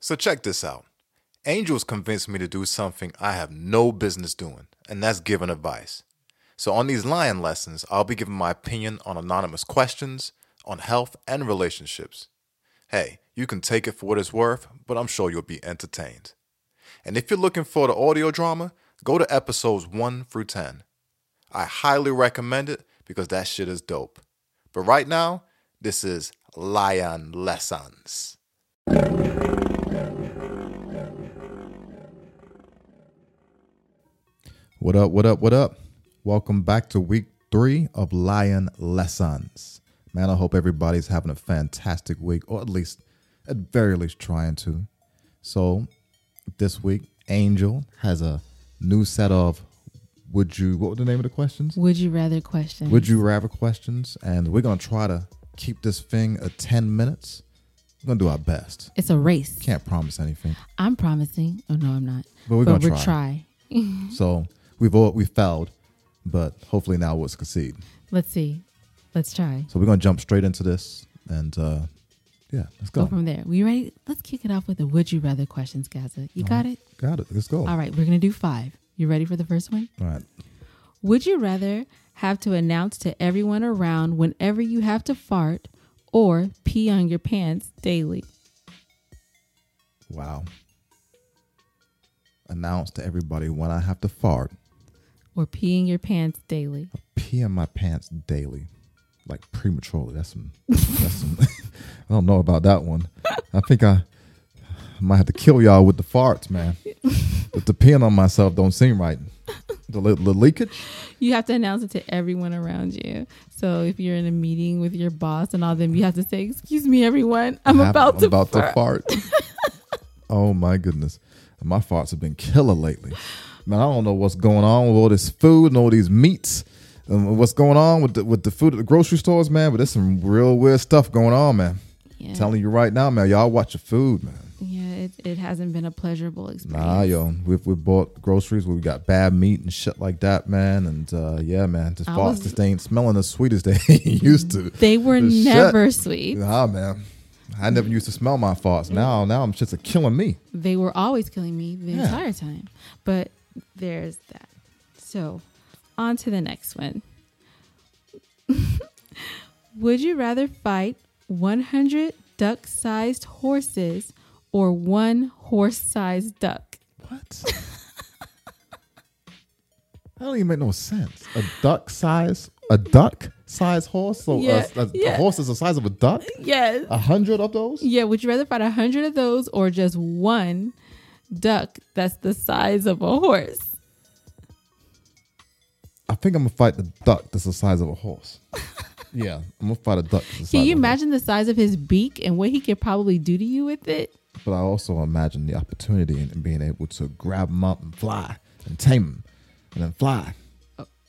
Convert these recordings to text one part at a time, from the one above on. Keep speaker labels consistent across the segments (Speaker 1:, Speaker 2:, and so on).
Speaker 1: So check this out. Angels convinced me to do something I have no business doing, and that's giving advice. So on these lion lessons, I'll be giving my opinion on anonymous questions, on health and relationships. Hey, you can take it for what it's worth, but I'm sure you'll be entertained. And if you're looking for the audio drama, go to episodes 1 through 10. I highly recommend it because that shit is dope. But right now, this is Lion Lessons. What up, what up, what up? Welcome back to week three of Lion Lessons. Man, I hope everybody's having a fantastic week, or at least, at very least, trying to. So, this week, Angel has a new set of would you, what were the name of the questions?
Speaker 2: Would you rather question?
Speaker 1: Would you rather questions? And we're going to try to keep this thing a 10 minutes. We're going to do our best.
Speaker 2: it's a race.
Speaker 1: Can't promise anything.
Speaker 2: I'm promising. Oh no, I'm not.
Speaker 1: But we're gonna
Speaker 2: we'll
Speaker 1: try.
Speaker 2: try.
Speaker 1: So we've all, we failed, but hopefully now we'll succeed.
Speaker 2: Let's see. Let's try.
Speaker 1: So we're going to jump straight into this. And uh, yeah, let's
Speaker 2: Go
Speaker 1: go.
Speaker 2: from there. We ready? Let's kick it off with the would you rather questions, Gaza. You got it?
Speaker 1: Got it. Let's go.
Speaker 2: All right, we're gonna do five. You ready for the first one?
Speaker 1: All right.
Speaker 2: Would you rather have to announce to everyone around whenever you have to fart or pee on your pants daily?
Speaker 1: Wow. Announce to everybody when I have to fart,
Speaker 2: Or peeing your pants daily.
Speaker 1: pee in my pants daily, like prematurely. That's some. that's some I don't know about that one. I think I might have to kill y'all with the farts, man. but the peeing on myself don't seem right. The, le- the leakage.
Speaker 2: You have to announce it to everyone around you. So if you're in a meeting with your boss and all them, you have to say, "Excuse me, everyone, I'm
Speaker 1: Have-
Speaker 2: about to
Speaker 1: about
Speaker 2: fart."
Speaker 1: to fart. oh my goodness, my farts have been killer lately. Man, I don't know what's going on with all this food and all these meats. And what's going on with the, with the food at the grocery stores, man? But there's some real weird stuff going on, man.
Speaker 2: Yeah.
Speaker 1: Telling you right now, man. Y'all watch your food, man.
Speaker 2: Yeah, it, it hasn't been a pleasurable experience.
Speaker 1: Nah, yo, we've we bought groceries where we got bad meat and shit like that, man. And uh, yeah, man, the
Speaker 2: I
Speaker 1: farts
Speaker 2: was-
Speaker 1: just ain't smelling as sweet as they used to.
Speaker 2: They were
Speaker 1: Shit.
Speaker 2: never sweet.
Speaker 1: Nah, man. I never used to smell my farts. Now, now I'm just a killing me.
Speaker 2: They were always killing me the
Speaker 1: Yeah.
Speaker 2: entire time. But there's that. So, on to the next one. Would you rather fight 100 duck sized horses or one horse sized duck?
Speaker 1: What? that don't even make no sense. A duck size, a duck size horse. So
Speaker 2: Yeah,
Speaker 1: a, a,
Speaker 2: yeah.
Speaker 1: a horse is the size of a duck.
Speaker 2: Yes.
Speaker 1: A hundred of those.
Speaker 2: Yeah, would you rather fight 100 of those or just one duck that's the size of a horse?
Speaker 1: I think I'm gonna fight the duck that's the size of a horse. yeah, I'm gonna fight a duck. That's the size
Speaker 2: Can you
Speaker 1: of a horse.
Speaker 2: imagine the size of his beak and what he could probably do to you with it?
Speaker 1: But I also imagine the opportunity in being able to grab them up and fly and tame them and then fly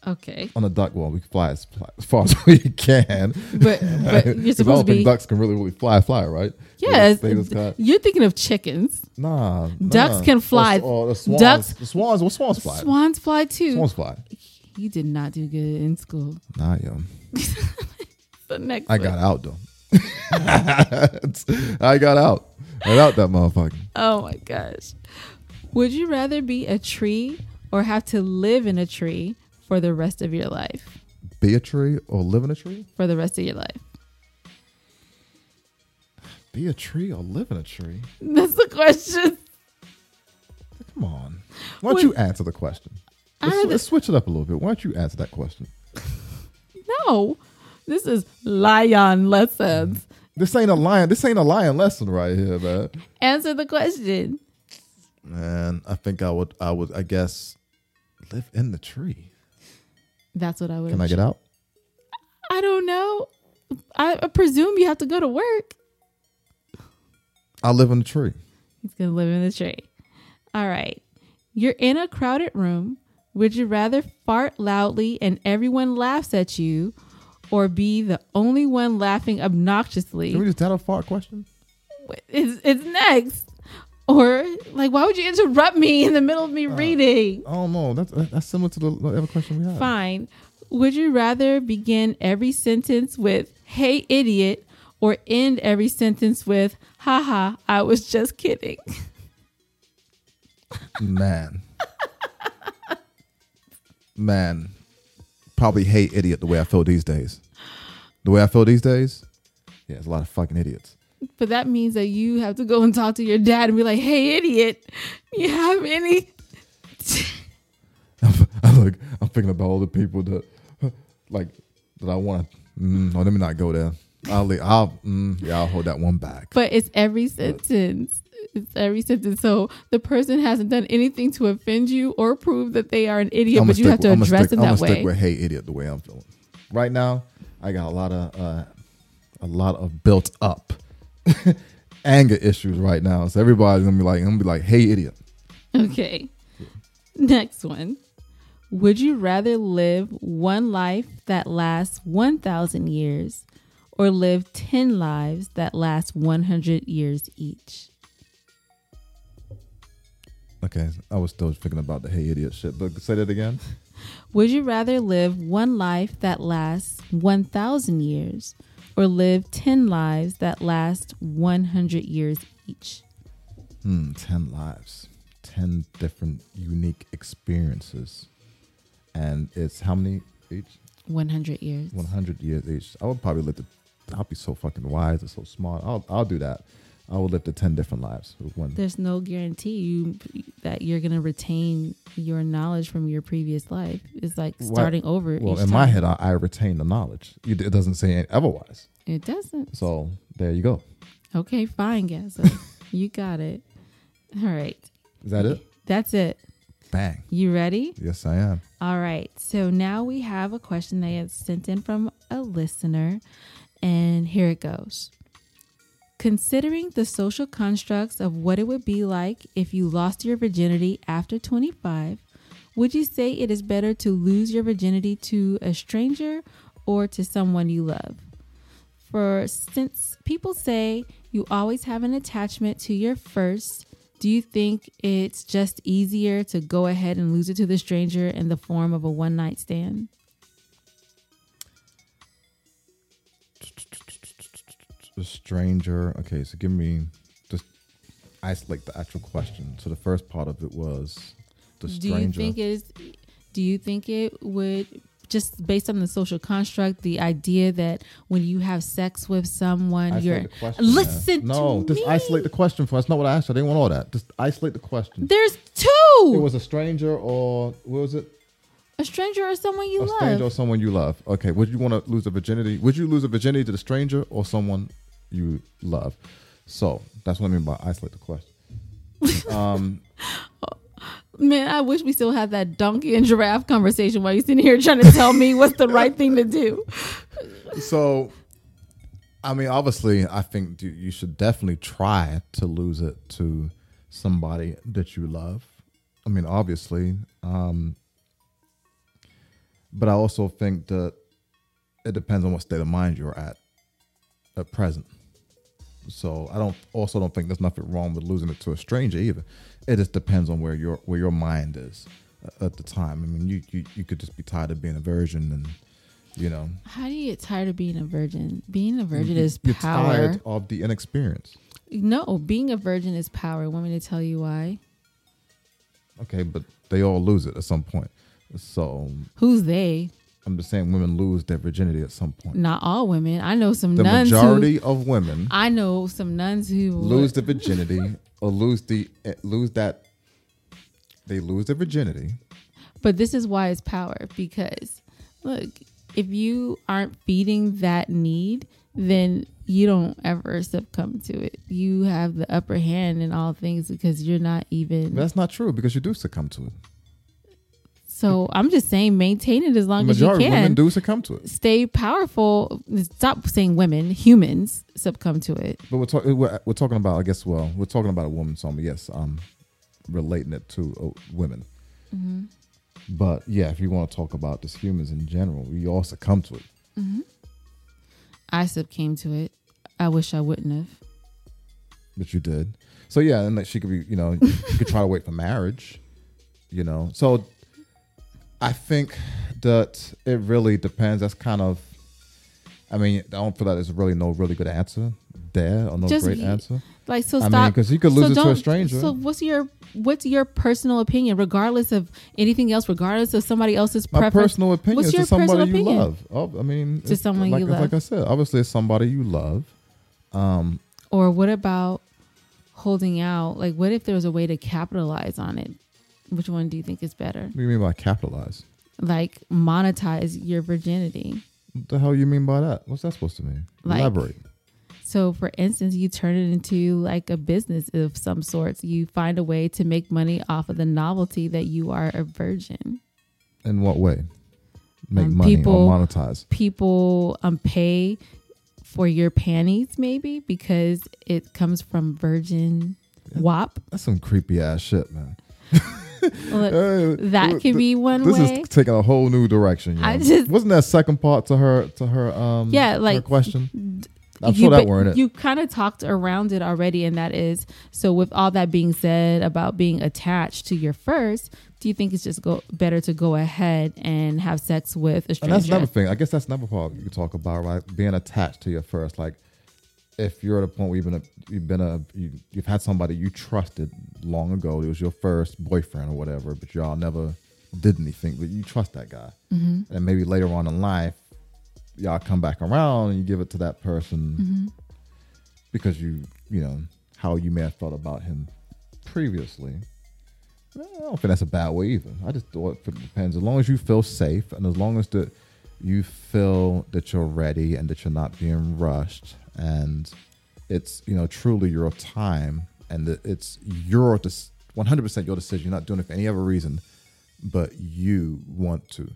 Speaker 2: Okay.
Speaker 1: on a duck. Well, we can fly as, fly as far as we can.
Speaker 2: But, but
Speaker 1: 'Cause
Speaker 2: you're
Speaker 1: I
Speaker 2: supposed
Speaker 1: don't
Speaker 2: to be.
Speaker 1: think ducks can really really fly fly, right? They
Speaker 2: yes.
Speaker 1: just- they just got-
Speaker 2: You're thinking of chickens.
Speaker 1: Nah,
Speaker 2: Ducks
Speaker 1: nah.
Speaker 2: can
Speaker 1: Or-
Speaker 2: fly.
Speaker 1: or the swans.
Speaker 2: Ducks-
Speaker 1: the swans. What swans fly?
Speaker 2: Swans fly too.
Speaker 1: Swans fly.
Speaker 2: You did not do good in school.
Speaker 1: Nah, yo,
Speaker 2: The next
Speaker 1: I
Speaker 2: one.
Speaker 1: got out though. I got out. I got out that motherfucker.
Speaker 2: Oh my gosh. Would you rather be a tree or have to live in a tree for the rest of your life?
Speaker 1: Be a tree or live in a tree.
Speaker 2: For the rest of your life?
Speaker 1: Be a tree or live in a tree.
Speaker 2: That's the question.
Speaker 1: Come on. Why don't
Speaker 2: What-
Speaker 1: you answer the question?
Speaker 2: I
Speaker 1: Let's,
Speaker 2: don't
Speaker 1: sw- let's switch it up a little bit. Why don't you answer that question?
Speaker 2: No, this is lion lessons.
Speaker 1: This ain't a lion. This ain't a lion lesson right here, man.
Speaker 2: Answer the question.
Speaker 1: Man, I think I would. I would. I guess live in the tree.
Speaker 2: That's what I would.
Speaker 1: Can I get out?
Speaker 2: I don't know. I, I presume you have to go to work.
Speaker 1: I live in the tree.
Speaker 2: He's gonna live in the tree. All right. You're in a crowded room. Would you rather fart loudly and everyone laughs at you, or be the only one laughing obnoxiously?
Speaker 1: Can we just add a fart question?
Speaker 2: It's, it's next. Or like, why would you
Speaker 1: Uh.
Speaker 2: interrupt me in the middle of me reading?
Speaker 1: I don't know. That's that's similar to the other question we had.
Speaker 2: Fine. Would you rather begin every sentence with, hey, idiot, or end every sentence with, haha, I was just kidding?
Speaker 1: Man. Man. Probably hate idiot the way I feel these days. The way I feel these days? Yeah, it's a lot of fucking idiots.
Speaker 2: But that means that you have to go and talk to your dad and be like, hey, idiot, you have any?
Speaker 1: I'm like, I'm thinking about all the people that, like, that I want to. Mm, no, let me not go there. I'll, leave, I'll, mm, yeah, I'll hold that one back.
Speaker 2: But it's every sentence. It's every sentence. So the person hasn't done anything to offend you or prove that they are an idiot,
Speaker 1: I'ma
Speaker 2: but you have to
Speaker 1: I'ma
Speaker 2: address
Speaker 1: stick,
Speaker 2: them
Speaker 1: I'ma
Speaker 2: that way.
Speaker 1: stick with hey idiot the way I'm feeling. Right now, I got a lot of uh, a lot of built up anger issues right now. So everybody's gonna be like, I'm gonna be like, hey idiot.
Speaker 2: Okay. Next one. Would you rather live one life that lasts 1,000 years or live 10 lives that last 100 years each?
Speaker 1: Okay, I was still thinking about the hey idiot shit, but say that again.
Speaker 2: Would you rather live one life that lasts 1,000 years or live 10 lives that last 100 years each?
Speaker 1: Hmm, ten lives, ten different unique experiences, and it's how many each?
Speaker 2: 100 years.
Speaker 1: 100 years each. I would probably live the. I'll be so fucking wise and so smart. I'll, I'll do that. I would live the 10 different lives with one.
Speaker 2: There's no guarantee you that you're going to retain your knowledge from your previous life. It's like
Speaker 1: What-
Speaker 2: starting over.
Speaker 1: well,
Speaker 2: each
Speaker 1: in my
Speaker 2: time.
Speaker 1: head, I, I retain the knowledge. You- It doesn't say any- otherwise.
Speaker 2: It doesn't.
Speaker 1: So there you go.
Speaker 2: Okay, fine, Gaza. you got it. All right.
Speaker 1: Is that it?
Speaker 2: That's it.
Speaker 1: Bang.
Speaker 2: You ready?
Speaker 1: Yes, I am.
Speaker 2: All right. So now we have a question they had sent in from a listener. And here it goes. Considering the social constructs of what it would be like if you lost your virginity after 25, would you say it is better to lose your virginity to a stranger or to someone you love? For since people say you always have an attachment to your first, do you think it's just easier to go ahead and lose it to the stranger in the form of a one night stand?
Speaker 1: The stranger. Okay, so give me just isolate the actual question. So the first part of it was the
Speaker 2: Do you
Speaker 1: stranger.
Speaker 2: think it is do you think it would just based on the social construct, the idea that when you have sex with someone,
Speaker 1: Isolate
Speaker 2: you're
Speaker 1: the question, yeah.
Speaker 2: listen
Speaker 1: No,
Speaker 2: to
Speaker 1: just
Speaker 2: me.
Speaker 1: isolate the question for us. Not what I asked. you. I didn't want all that. Just isolate the question.
Speaker 2: There's
Speaker 1: It
Speaker 2: two
Speaker 1: was a stranger or what was it?
Speaker 2: a stranger or someone you
Speaker 1: A
Speaker 2: love.
Speaker 1: stranger or someone you love. Okay, would you want to lose a virginity? Would you lose a virginity to the stranger or someone you love? So that's what I mean by isolate the question. Um,
Speaker 2: Man, I wish we still had that donkey and giraffe conversation while you're sitting here trying to tell me what's the right thing to do.
Speaker 1: so, I mean, obviously, I think you- you should definitely try to lose it to somebody that you love. I mean, obviously, um, but I also think that it depends on what state of mind you're at at present. So I don't also don't think there's nothing wrong with losing it to a stranger either. It just depends on where your where your mind is at the time. I mean, you you, you could just be tired of being a virgin and you know
Speaker 2: How do you get tired of being a virgin? Being a virgin
Speaker 1: you-
Speaker 2: is
Speaker 1: Mm-hmm. you're
Speaker 2: power.
Speaker 1: tired of the inexperience.
Speaker 2: No, being a virgin is power. Want me to tell you why?
Speaker 1: Okay, but they all lose it at some point. So
Speaker 2: Who's they?
Speaker 1: I'm just saying women lose their virginity at some point.
Speaker 2: Not all women. I know some
Speaker 1: The
Speaker 2: nuns who
Speaker 1: majority of women
Speaker 2: I know some nuns who
Speaker 1: lose the virginity or lose the eh, lose that they lose their virginity.
Speaker 2: But this is why it's power because look, if you aren't feeding that need, then you don't ever succumb to it. You have the upper hand in all things because you're not even.
Speaker 1: But that's not true because you do succumb to it.
Speaker 2: so I'm just saying, maintain it as
Speaker 1: The
Speaker 2: long as you
Speaker 1: majority of
Speaker 2: can.
Speaker 1: women do succumb to it.
Speaker 2: Stay powerful. Stop saying women. Humans succumb to it.
Speaker 1: But we're, talk- we're, we're talking about, I guess, well, we're talking about a woman, so I'm, yes, I'm relating it to uh, women.
Speaker 2: Mm-hmm.
Speaker 1: But yeah, if you want to talk about just humans in general, we all succumb to it.
Speaker 2: I succumbed to it. I wish I wouldn't have.
Speaker 1: But you did. So yeah, and like she could be, you know, you could try to wait for marriage, you know. So I think that it really depends. That's kind of, I mean, I don't feel that there's really no really good answer there or no
Speaker 2: Just
Speaker 1: great
Speaker 2: ye-
Speaker 1: answer.
Speaker 2: Like so,
Speaker 1: I mean,
Speaker 2: stop.
Speaker 1: 'cause you could lose it to a
Speaker 2: don't-
Speaker 1: stranger.
Speaker 2: So what's your what's your personal opinion, regardless of anything else, regardless of somebody else's
Speaker 1: My
Speaker 2: preference?
Speaker 1: personal opinion
Speaker 2: What's
Speaker 1: is
Speaker 2: your
Speaker 1: to somebody
Speaker 2: personal
Speaker 1: you
Speaker 2: opinion?
Speaker 1: love. Oh, I mean, it's
Speaker 2: someone
Speaker 1: like,
Speaker 2: you
Speaker 1: it's
Speaker 2: love.
Speaker 1: Like I said, obviously, it's somebody you love. Um,
Speaker 2: Or what about holding out? Like, what if there was a way to capitalize on it? Which one do you think is better?
Speaker 1: what do you mean by capitalize?
Speaker 2: Like, monetize your virginity.
Speaker 1: What the hell you mean by that? What's that supposed to mean?
Speaker 2: Like-
Speaker 1: Elaborate.
Speaker 2: So, for instance, you turn it into like a business of some sorts. You find a way to make money off of the novelty that you are a virgin.
Speaker 1: In what way? Make
Speaker 2: Um,
Speaker 1: money
Speaker 2: people-
Speaker 1: or monetize.
Speaker 2: People um, pay for your panties, maybe because it comes from virgin wop.
Speaker 1: That's some creepy ass shit, man.
Speaker 2: Look,
Speaker 1: Hey,
Speaker 2: that could be one
Speaker 1: this
Speaker 2: way.
Speaker 1: is taking a whole new direction. You know?
Speaker 2: I just-
Speaker 1: wasn't that second part to her to her um
Speaker 2: Yeah,
Speaker 1: her
Speaker 2: like,
Speaker 1: question. I'm
Speaker 2: You-
Speaker 1: sure that
Speaker 2: but
Speaker 1: weren't it.
Speaker 2: You kind of talked around it already, and that is so. With all that being said about being attached to your first, do you think it's just go better to go ahead and have sex with a
Speaker 1: and that's
Speaker 2: stranger?
Speaker 1: another thing. I guess that's another part you could talk about, right? Being attached to your first, like if you're at a point where you've been a, you've been a you, you've had somebody you trusted long ago. It was your first boyfriend or whatever, but y'all never did anything. But you trust that guy, mm-hmm. and maybe later on in life, y'all come back around and you give it to that person because you you know how you may have felt about him previously. I don't think that's a bad way either. I just thought it depends. As long as you feel safe and as long as that you feel that you're ready and that you're not being rushed and it's you know truly your time and that it's your dis- 100% your decision. You're not doing it for any other reason, but you want to.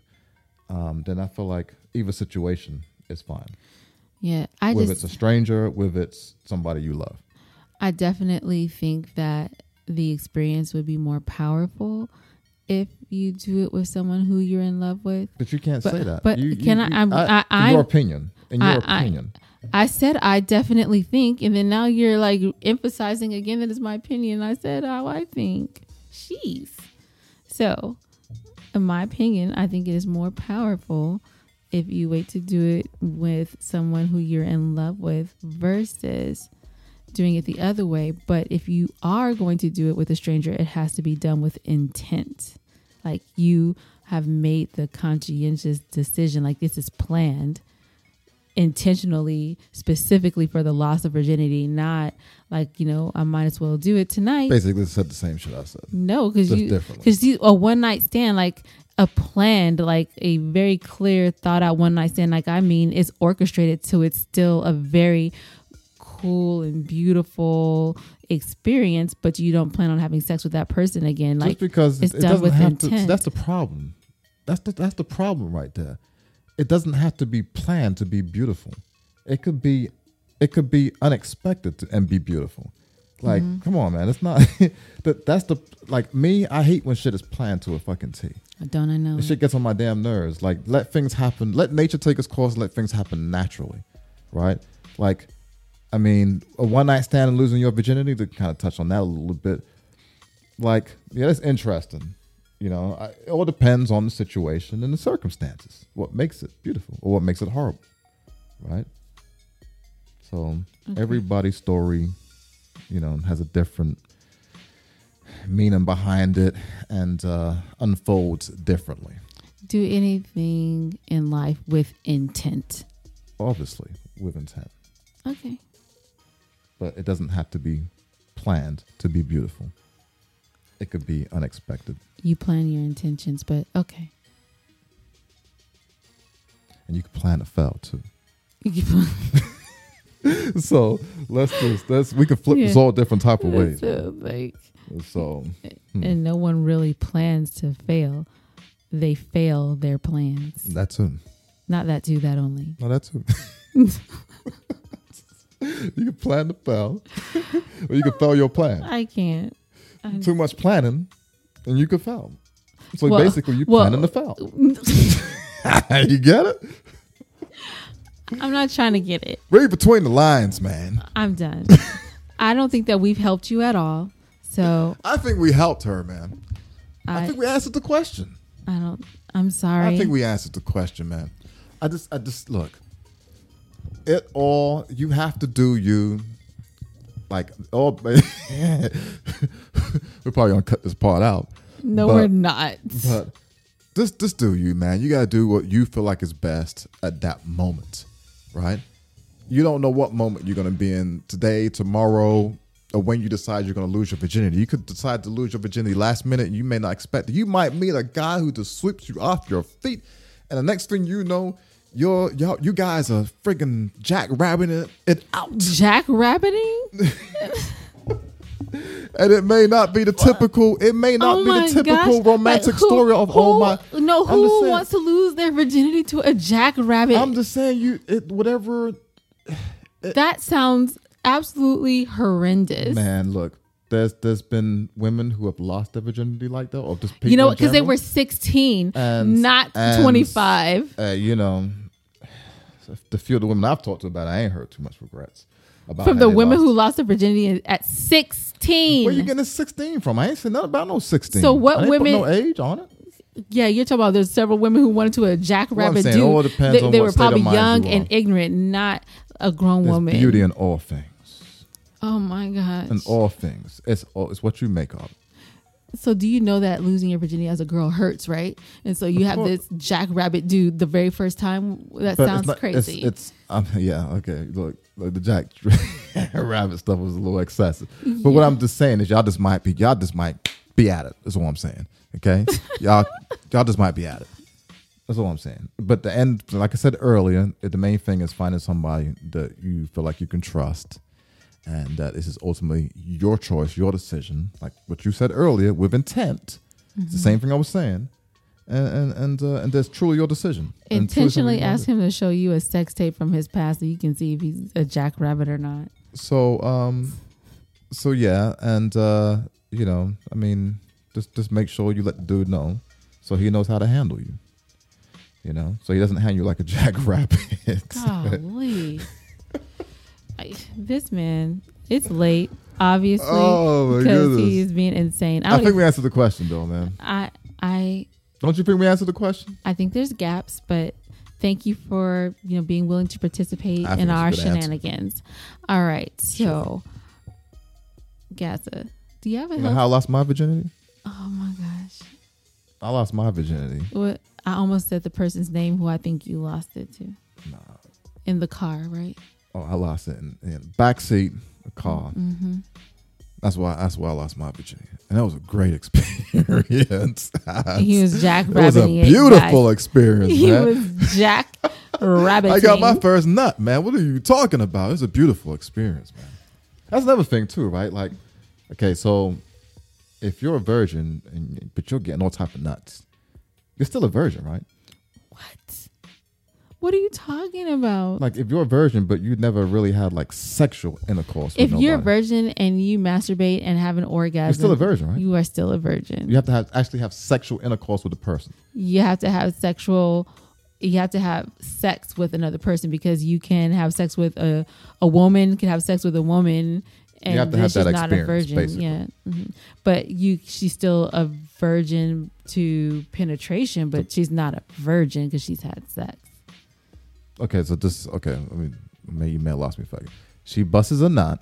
Speaker 1: Um, then I feel like either situation is fine.
Speaker 2: yeah, I
Speaker 1: with
Speaker 2: just
Speaker 1: it's a stranger, with it's somebody you love.
Speaker 2: I definitely think that the experience would be more powerful if you do it with someone who you're in love with.
Speaker 1: But you can't
Speaker 2: But-
Speaker 1: say that.
Speaker 2: but
Speaker 1: You- you-
Speaker 2: can I-
Speaker 1: you-
Speaker 2: I'm- I-
Speaker 1: in
Speaker 2: I'm-
Speaker 1: your opinion. In your
Speaker 2: I- I-
Speaker 1: opinion.
Speaker 2: I said I definitely think, and then now you're like emphasizing again that it's my opinion. I said how I think. She's so, in my opinion, I think it is more powerful if you wait to do it with someone who you're in love with versus doing it the other way. But if you are going to do it with a stranger, it has to be done with intent. Like you have made the conscientious decision, like this is planned intentionally, specifically for the loss of virginity, not like, you know, I might as well do it tonight.
Speaker 1: Basically said the same shit I said.
Speaker 2: No, because
Speaker 1: Just
Speaker 2: you
Speaker 1: differently.
Speaker 2: because you a one night stand like a planned like a very clear thought out one night stand like I mean it's orchestrated so it's still a very cool and beautiful experience, but you don't plan on having sex with that person again. Like
Speaker 1: Just because
Speaker 2: it's
Speaker 1: it
Speaker 2: done
Speaker 1: doesn't
Speaker 2: with
Speaker 1: have to
Speaker 2: intent.
Speaker 1: that's the problem. That's the that's the problem right there. It doesn't have to be planned to be beautiful. It could be it could be unexpected to, and be beautiful. Like,
Speaker 2: Mm-hmm.
Speaker 1: come on, man. It's not that that's the like me, I hate when shit is planned to a fucking T.
Speaker 2: don't I know?
Speaker 1: This shit gets on my damn nerves. Like, let things happen. Let nature take its course and let things happen naturally, right? Like, I mean, a one night stand and losing your virginity, to kind of touch on that a little bit. Like, yeah, that's interesting. You know, I, it all depends on the situation and the circumstances. What makes it beautiful or what makes it horrible, right? So, everybody's story, you know, has a different meaning behind it and uh, unfolds differently.
Speaker 2: Do anything in life with intent.
Speaker 1: obviously with intent,
Speaker 2: Okay.
Speaker 1: but it doesn't have to be planned to be beautiful. It could be unexpected,
Speaker 2: You plan your intentions, but okay.
Speaker 1: and you could plan to fail too.
Speaker 2: You plan-
Speaker 1: So let's just let's we could flip this
Speaker 2: Yeah.
Speaker 1: all different type of ways.
Speaker 2: So, like
Speaker 1: So Mm.
Speaker 2: and no one really plans to fail. They fail their plans.
Speaker 1: that's it.
Speaker 2: Not that too, that only.
Speaker 1: No, that's it. you can plan to fail, or you can fail your plan.
Speaker 2: I can't.
Speaker 1: Too much planning, and you could fail. So
Speaker 2: Well,
Speaker 1: basically, you're
Speaker 2: well-
Speaker 1: planning to fail. you get it?
Speaker 2: I'm not trying to get it.
Speaker 1: Read between the lines, man.
Speaker 2: I'm done. I don't think that we've helped you at all. So
Speaker 1: I think we helped her, man. I,
Speaker 2: I,
Speaker 1: think we answered the question.
Speaker 2: I don't. I'm sorry.
Speaker 1: I think we answered the question, man. I just, I just look. It all you have to do you, like all. we're probably gonna cut this part out,
Speaker 2: no,
Speaker 1: but-
Speaker 2: we're not.
Speaker 1: but just, just do you, man. You gotta do what you feel like is best at that moment, right? You don't know what moment you're gonna be in today, tomorrow, or when you decide you're gonna lose your virginity. You could decide to lose your virginity last minute. And you may not expect it. You might meet a guy who just sweeps you off your feet, and the next thing you know, you're y'all, you guys are friggin' jackrabbiting it, it out,
Speaker 2: Jack rabbiting?
Speaker 1: and it may not be the typical. It may not
Speaker 2: oh
Speaker 1: be
Speaker 2: my
Speaker 1: the typical
Speaker 2: gosh.
Speaker 1: romantic
Speaker 2: Like, who-
Speaker 1: story of
Speaker 2: who,
Speaker 1: oh my.
Speaker 2: No,
Speaker 1: I'm just
Speaker 2: who
Speaker 1: saying.
Speaker 2: wants to lose their virginity to a jackrabbit?
Speaker 1: I'm just saying you it whatever
Speaker 2: that sounds absolutely horrendous.
Speaker 1: man look there's there's been women who have lost their virginity like that or just people
Speaker 2: You know,
Speaker 1: in
Speaker 2: because they
Speaker 1: general.
Speaker 2: were 16,
Speaker 1: And-
Speaker 2: not
Speaker 1: and-
Speaker 2: 25.
Speaker 1: uh, you know the few of the women I've talked to about it, I ain't heard too much regrets about
Speaker 2: From
Speaker 1: how
Speaker 2: the
Speaker 1: they
Speaker 2: women
Speaker 1: lost.
Speaker 2: who lost their virginity at 16.
Speaker 1: where you getting a 16 from I ain't said nothing about no 16
Speaker 2: So what
Speaker 1: I ain't put
Speaker 2: women-
Speaker 1: no age on it
Speaker 2: yeah, you're talking about there's several women who wanted to a jackrabbit
Speaker 1: saying,
Speaker 2: dude.
Speaker 1: it all depends
Speaker 2: they
Speaker 1: on
Speaker 2: they
Speaker 1: what
Speaker 2: were
Speaker 1: state of
Speaker 2: probably
Speaker 1: mind you
Speaker 2: young
Speaker 1: are.
Speaker 2: and ignorant, not a grown
Speaker 1: there's
Speaker 2: woman.
Speaker 1: beauty in all things
Speaker 2: Oh my gosh.
Speaker 1: in all things it's all it's what you make of it.
Speaker 2: So do you know that losing your virginity as a girl hurts, right? And so you have
Speaker 1: course.
Speaker 2: this jackrabbit dude the very first time. That
Speaker 1: But it's
Speaker 2: sounds
Speaker 1: not- it's-
Speaker 2: crazy.
Speaker 1: It's, um, yeah, okay. Look, look, the Jack Rabbit stuff was a little excessive. But what I'm just saying is, y'all just might be, y'all just might be at it. Is what I'm saying. Okay, y'all, y'all just might be at it. That's all I'm saying. But the end, like I said earlier, the main thing is finding somebody that you feel like you can trust, and that this is ultimately your choice, your decision. Like what you said earlier, with intent.
Speaker 2: Mm-hmm.
Speaker 1: It's the same thing I was saying. And and and, uh, and that's truly your decision. And truly something
Speaker 2: Intentionally
Speaker 1: you wanna do.
Speaker 2: ask him to show you a sex tape from his past so you can see if he's a jackrabbit or not.
Speaker 1: so um so yeah and uh you know i mean just just make sure you let the dude know so he knows how to handle you you know so he doesn't hand you like a jackrabbit
Speaker 2: Golly. I, this man, it's late, obviously.
Speaker 1: Oh, my
Speaker 2: because
Speaker 1: goodness.
Speaker 2: he's being insane.
Speaker 1: i
Speaker 2: I don't
Speaker 1: think
Speaker 2: even,
Speaker 1: we answered the question though man
Speaker 2: I I
Speaker 1: don't you think we answered the question
Speaker 2: I think there's gaps, but thank you for you know being willing to participate
Speaker 1: I think
Speaker 2: in
Speaker 1: it's a
Speaker 2: our
Speaker 1: good answer.
Speaker 2: shenanigans. All right, so Gaza, do you have a
Speaker 1: you know
Speaker 2: health?
Speaker 1: how i lost my virginity
Speaker 2: oh my gosh,
Speaker 1: i lost my virginity
Speaker 2: what I almost said the person's name who I think you lost it to
Speaker 1: nah.
Speaker 2: in the car, right?
Speaker 1: oh i lost it in, in backseat a car
Speaker 2: Mm-hmm.
Speaker 1: that's why that's why i lost my virginity and that was a great experience
Speaker 2: He was Jack
Speaker 1: it was a
Speaker 2: rabbiting it,
Speaker 1: beautiful experience
Speaker 2: guys. He
Speaker 1: man.
Speaker 2: was Jack Rabbit.
Speaker 1: I got my first nut, man. What are you talking about? It's a beautiful experience, man. That's another thing too, right? Like, okay, so if you're a virgin and but you're getting all type of nuts, you're still a virgin, right?
Speaker 2: what? What are you talking about?
Speaker 1: Like, if you're a virgin but you never really had like sexual intercourse,
Speaker 2: if
Speaker 1: with
Speaker 2: you're a
Speaker 1: nobody,
Speaker 2: virgin and you masturbate and have an orgasm,
Speaker 1: you're still a virgin, right? You,
Speaker 2: you are still a virgin.
Speaker 1: have to have actually have sexual intercourse with a person.
Speaker 2: You have to have sexual. You have to have sex with another person because you can have sex with a a woman can have sex with a woman, and
Speaker 1: have to
Speaker 2: then
Speaker 1: have
Speaker 2: she's
Speaker 1: that
Speaker 2: not a
Speaker 1: experience,
Speaker 2: virgin.
Speaker 1: basically.
Speaker 2: Yeah, Mhm. but you she's still a virgin to penetration, but she's not a virgin because she's had sex.
Speaker 1: Okay, so this okay. I mean, may you may have lost me fucking. She busts a nut.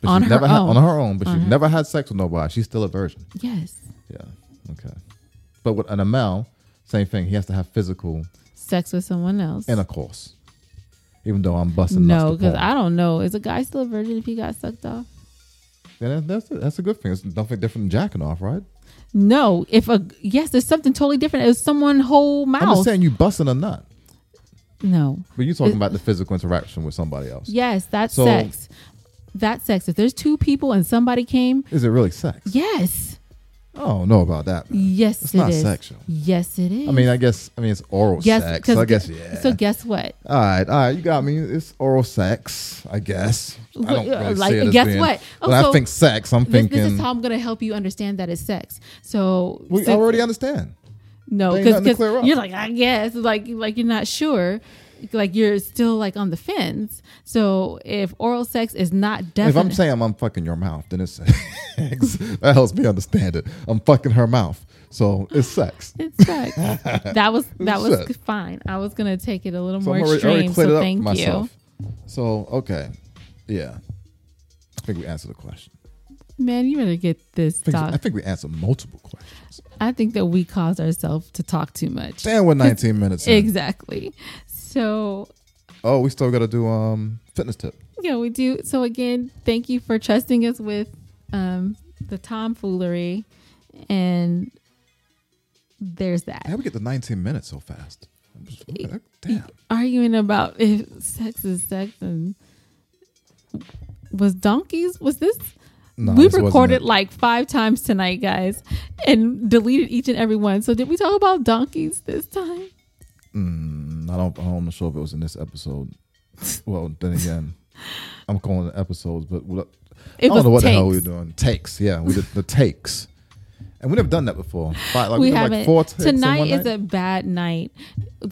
Speaker 1: but
Speaker 2: On
Speaker 1: she's
Speaker 2: her
Speaker 1: never had- on
Speaker 2: own.
Speaker 1: her own, but
Speaker 2: On
Speaker 1: she's
Speaker 2: her-
Speaker 1: never had sex with nobody. She's still a virgin.
Speaker 2: Yes,
Speaker 1: Yeah. Okay. But with an Amel, same thing. He has to have physical
Speaker 2: sex with someone else.
Speaker 1: intercourse. Even though I'm busting.
Speaker 2: no,
Speaker 1: because
Speaker 2: because I don't know. Is a guy still a virgin if he got sucked off?
Speaker 1: That's that's a, that's a good thing. It's nothing different than jacking off, right?
Speaker 2: No, if a yes, there's something totally different. It was someone whole
Speaker 1: I'm just
Speaker 2: mouth.
Speaker 1: saying you busting a nut,
Speaker 2: No.
Speaker 1: but you're talking
Speaker 2: It-
Speaker 1: about the physical interaction with somebody else.
Speaker 2: Yes, that's
Speaker 1: So-
Speaker 2: sex. That's sex. If there's two people and somebody came,
Speaker 1: Is it really sex?
Speaker 2: yes,
Speaker 1: I don't know about that. man.
Speaker 2: yes,
Speaker 1: It's
Speaker 2: it
Speaker 1: not
Speaker 2: is.
Speaker 1: sexual.
Speaker 2: Yes, it is.
Speaker 1: I mean, I guess I mean it's oral
Speaker 2: yes,
Speaker 1: sex.
Speaker 2: 'cause
Speaker 1: I guess
Speaker 2: gu-
Speaker 1: yeah.
Speaker 2: So guess what?
Speaker 1: all right, all right, you got me. It's oral sex, I guess. I don't
Speaker 2: Wh-
Speaker 1: really
Speaker 2: uh, like,
Speaker 1: see it as
Speaker 2: guess
Speaker 1: being-
Speaker 2: what? Oh,
Speaker 1: when
Speaker 2: so
Speaker 1: I think sex, I'm
Speaker 2: This,
Speaker 1: thinking
Speaker 2: this is how I'm gonna help you understand that it's sex. So
Speaker 1: we
Speaker 2: so-
Speaker 1: already understand.
Speaker 2: no,
Speaker 1: there ain't
Speaker 2: because
Speaker 1: nothing to clear up.
Speaker 2: you're like I guess like like you're not sure, like you're still like on the fence. So if oral sex is not definite,
Speaker 1: If I'm saying I'm fucking your mouth, then it's that helps me understand it. I'm fucking her mouth. So it's sex.
Speaker 2: It sucks. that was that was
Speaker 1: sucks.
Speaker 2: fine. I was gonna take it a little
Speaker 1: So
Speaker 2: more
Speaker 1: I'm already, I already
Speaker 2: extreme.
Speaker 1: cleared it
Speaker 2: So
Speaker 1: up
Speaker 2: thank
Speaker 1: myself. So okay, yeah. I think we answered the question.
Speaker 2: you, man. You better get this
Speaker 1: I think, I
Speaker 2: dog.
Speaker 1: think we answered multiple questions.
Speaker 2: I think that we caused ourselves to talk too much.
Speaker 1: Damn, we're 19 minutes. in.
Speaker 2: Exactly. So
Speaker 1: Oh, we still got to do um fitness tip.
Speaker 2: yeah, we do. So again, thank you for trusting us with um, the tomfoolery, and there's that.
Speaker 1: How we get to 19 minutes so fast? I'm just- Damn.
Speaker 2: arguing about if sex is sex and was donkeys was this
Speaker 1: No,
Speaker 2: we
Speaker 1: this wasn't
Speaker 2: recorded
Speaker 1: it.
Speaker 2: like five times tonight guys and deleted each and every one so did we talk about donkeys this time
Speaker 1: Mm, I don't. I'm not sure if it was in this episode. Well, then again, I'm calling it episodes, but what-
Speaker 2: It
Speaker 1: I don't
Speaker 2: was
Speaker 1: know what the hell we were
Speaker 2: takes.
Speaker 1: doing. Takes, yeah, we did the takes, and we never done that before. Like, like
Speaker 2: we
Speaker 1: did like
Speaker 2: haven't
Speaker 1: four takes in
Speaker 2: tonight
Speaker 1: one
Speaker 2: is
Speaker 1: night.
Speaker 2: a bad night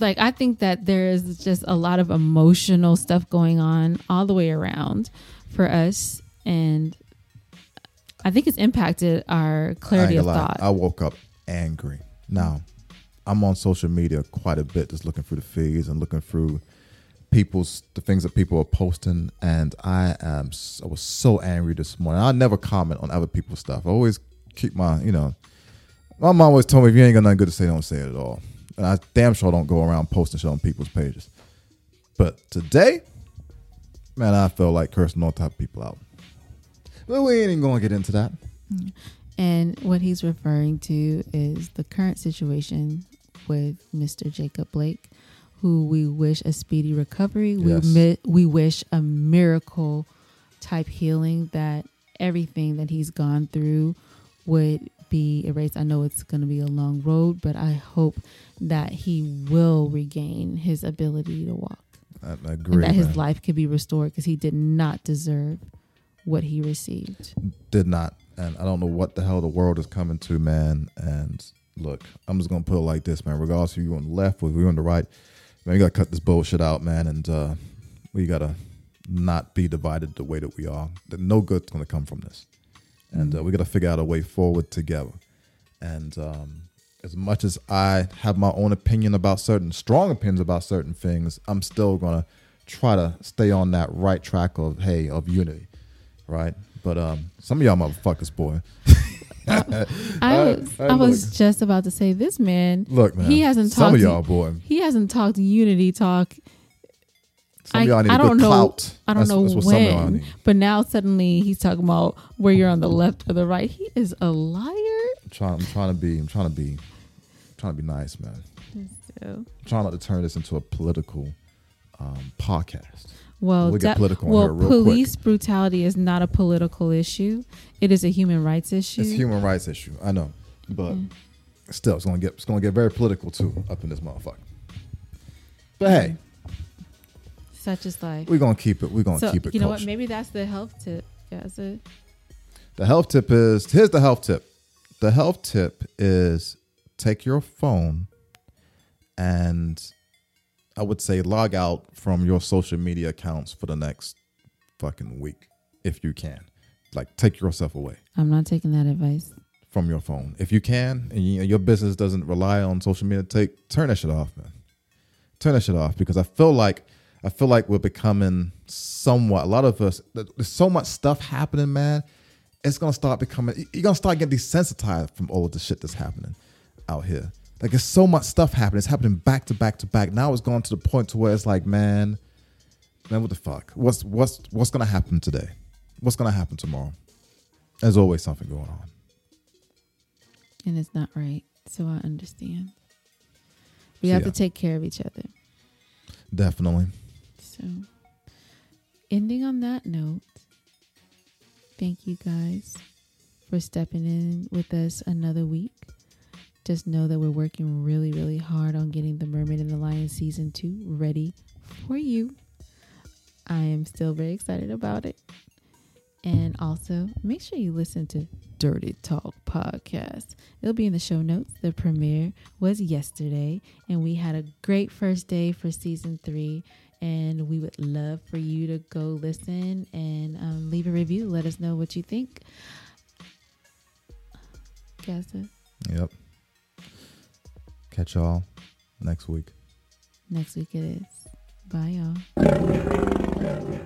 Speaker 2: like i think that there is just a lot of emotional stuff going on all the way around for us and i think it's impacted our
Speaker 1: I ain't
Speaker 2: clarity of
Speaker 1: gonna lie,
Speaker 2: thought
Speaker 1: I woke up angry. Now, I'm on social media quite a bit, just looking through the feeds and looking through people's the things that people are posting, and I am s- I was so angry this morning. I never comment on other people's stuff. I always keep my you know. My mom always told me if you ain't got nothing good to say, don't say it at all. And I damn sure don't go around posting shit on people's pages. But today, man, I felt like cursing all type of people out. But we ain't even gonna get into that.
Speaker 2: And what he's referring to is the current situation with Mr. Jacob Blake, who we wish a speedy recovery.
Speaker 1: Yes.
Speaker 2: We mi- we wish a miracle type healing that everything that he's gone through would be erased. I know it's going to be a long road, but I hope that he will regain his ability to walk
Speaker 1: I, I agree.
Speaker 2: and that
Speaker 1: man.
Speaker 2: his life can be restored because he did not deserve what he received.
Speaker 1: did not. And I don't know what the hell the world is coming to, man. And look, I'm just gonna put it like this, man. Regardless if you're on the left or if you're on the right, man, you gotta cut this bullshit out, man. And uh, we gotta not be divided the way that we are. That No good's gonna come from this. And uh, we gotta figure out a way forward together. And um, as much as I have my own opinion about certain strong opinions about certain things, I'm still gonna try to stay on that right track of hey of unity, right? But um, some of y'all motherfuckers, boy,
Speaker 2: I
Speaker 1: I-
Speaker 2: was,
Speaker 1: I
Speaker 2: I, was just about to say this man.
Speaker 1: look, man,
Speaker 2: He hasn't
Speaker 1: some of
Speaker 2: talked to-
Speaker 1: y'all, boy,
Speaker 2: He hasn't talked unity talk.
Speaker 1: some
Speaker 2: I-
Speaker 1: of y'all need
Speaker 2: I
Speaker 1: a
Speaker 2: don't
Speaker 1: good
Speaker 2: know-
Speaker 1: clout.
Speaker 2: I don't
Speaker 1: That's-
Speaker 2: know
Speaker 1: that's what some of y'all
Speaker 2: when,
Speaker 1: need.
Speaker 2: but now suddenly he's talking about where you're on the left or the right. He is a liar.
Speaker 1: I'm trying, I'm trying to be, I'm trying to be, trying to be nice, man.
Speaker 2: So,
Speaker 1: I'm trying not to turn this into a political um, podcast.
Speaker 2: well,
Speaker 1: We'll get
Speaker 2: that-
Speaker 1: political in
Speaker 2: well,
Speaker 1: here real quick.
Speaker 2: police brutality is not a political issue. It is a human rights issue.
Speaker 1: It's a human rights issue. I know, but
Speaker 2: Mm.
Speaker 1: still, it's gonna get it's gonna get very political too up in this motherfucker. But hey,
Speaker 2: Such is life.
Speaker 1: we're gonna keep it. We're gonna
Speaker 2: so
Speaker 1: keep it.
Speaker 2: you know what?
Speaker 1: kosher.
Speaker 2: Maybe that's the health tip. That's it.
Speaker 1: The health tip is here's the health tip. The health tip is take your phone and I would say log out from your social media accounts for the next fucking week if you can. Like take yourself away
Speaker 2: I'm not taking that advice.
Speaker 1: from your phone if you can and you, your business doesn't rely on social media take turn that shit off man turn that shit off because i feel like i feel like we're becoming somewhat a lot of us th- there's so much stuff happening man it's gonna start becoming you- you're gonna start getting desensitized from all of the shit that's happening out here like there's so much stuff happening it's happening back to back to back now it's gone to the point to where it's like man man what the fuck what's what's what's gonna happen today what's gonna happen tomorrow there's always something going on
Speaker 2: and it's not right. So I understand. We
Speaker 1: So,
Speaker 2: have
Speaker 1: yeah.
Speaker 2: to take care of each other.
Speaker 1: definitely
Speaker 2: So, ending on that note, thank you guys for stepping in with us another week. Just know that we're working really, really hard on getting The Mermaid and the Lion season two ready for you. I am still very excited about it. And also, make sure you listen to Dirty Talk Podcast. It'll be in the show notes. The premiere was yesterday, and we had a great first day for season three. And we would love for you to go listen and um, leave a review. Let us know what you think. Gaza,
Speaker 1: Yep. Catch y'all next week.
Speaker 2: Next week it is. Bye, y'all.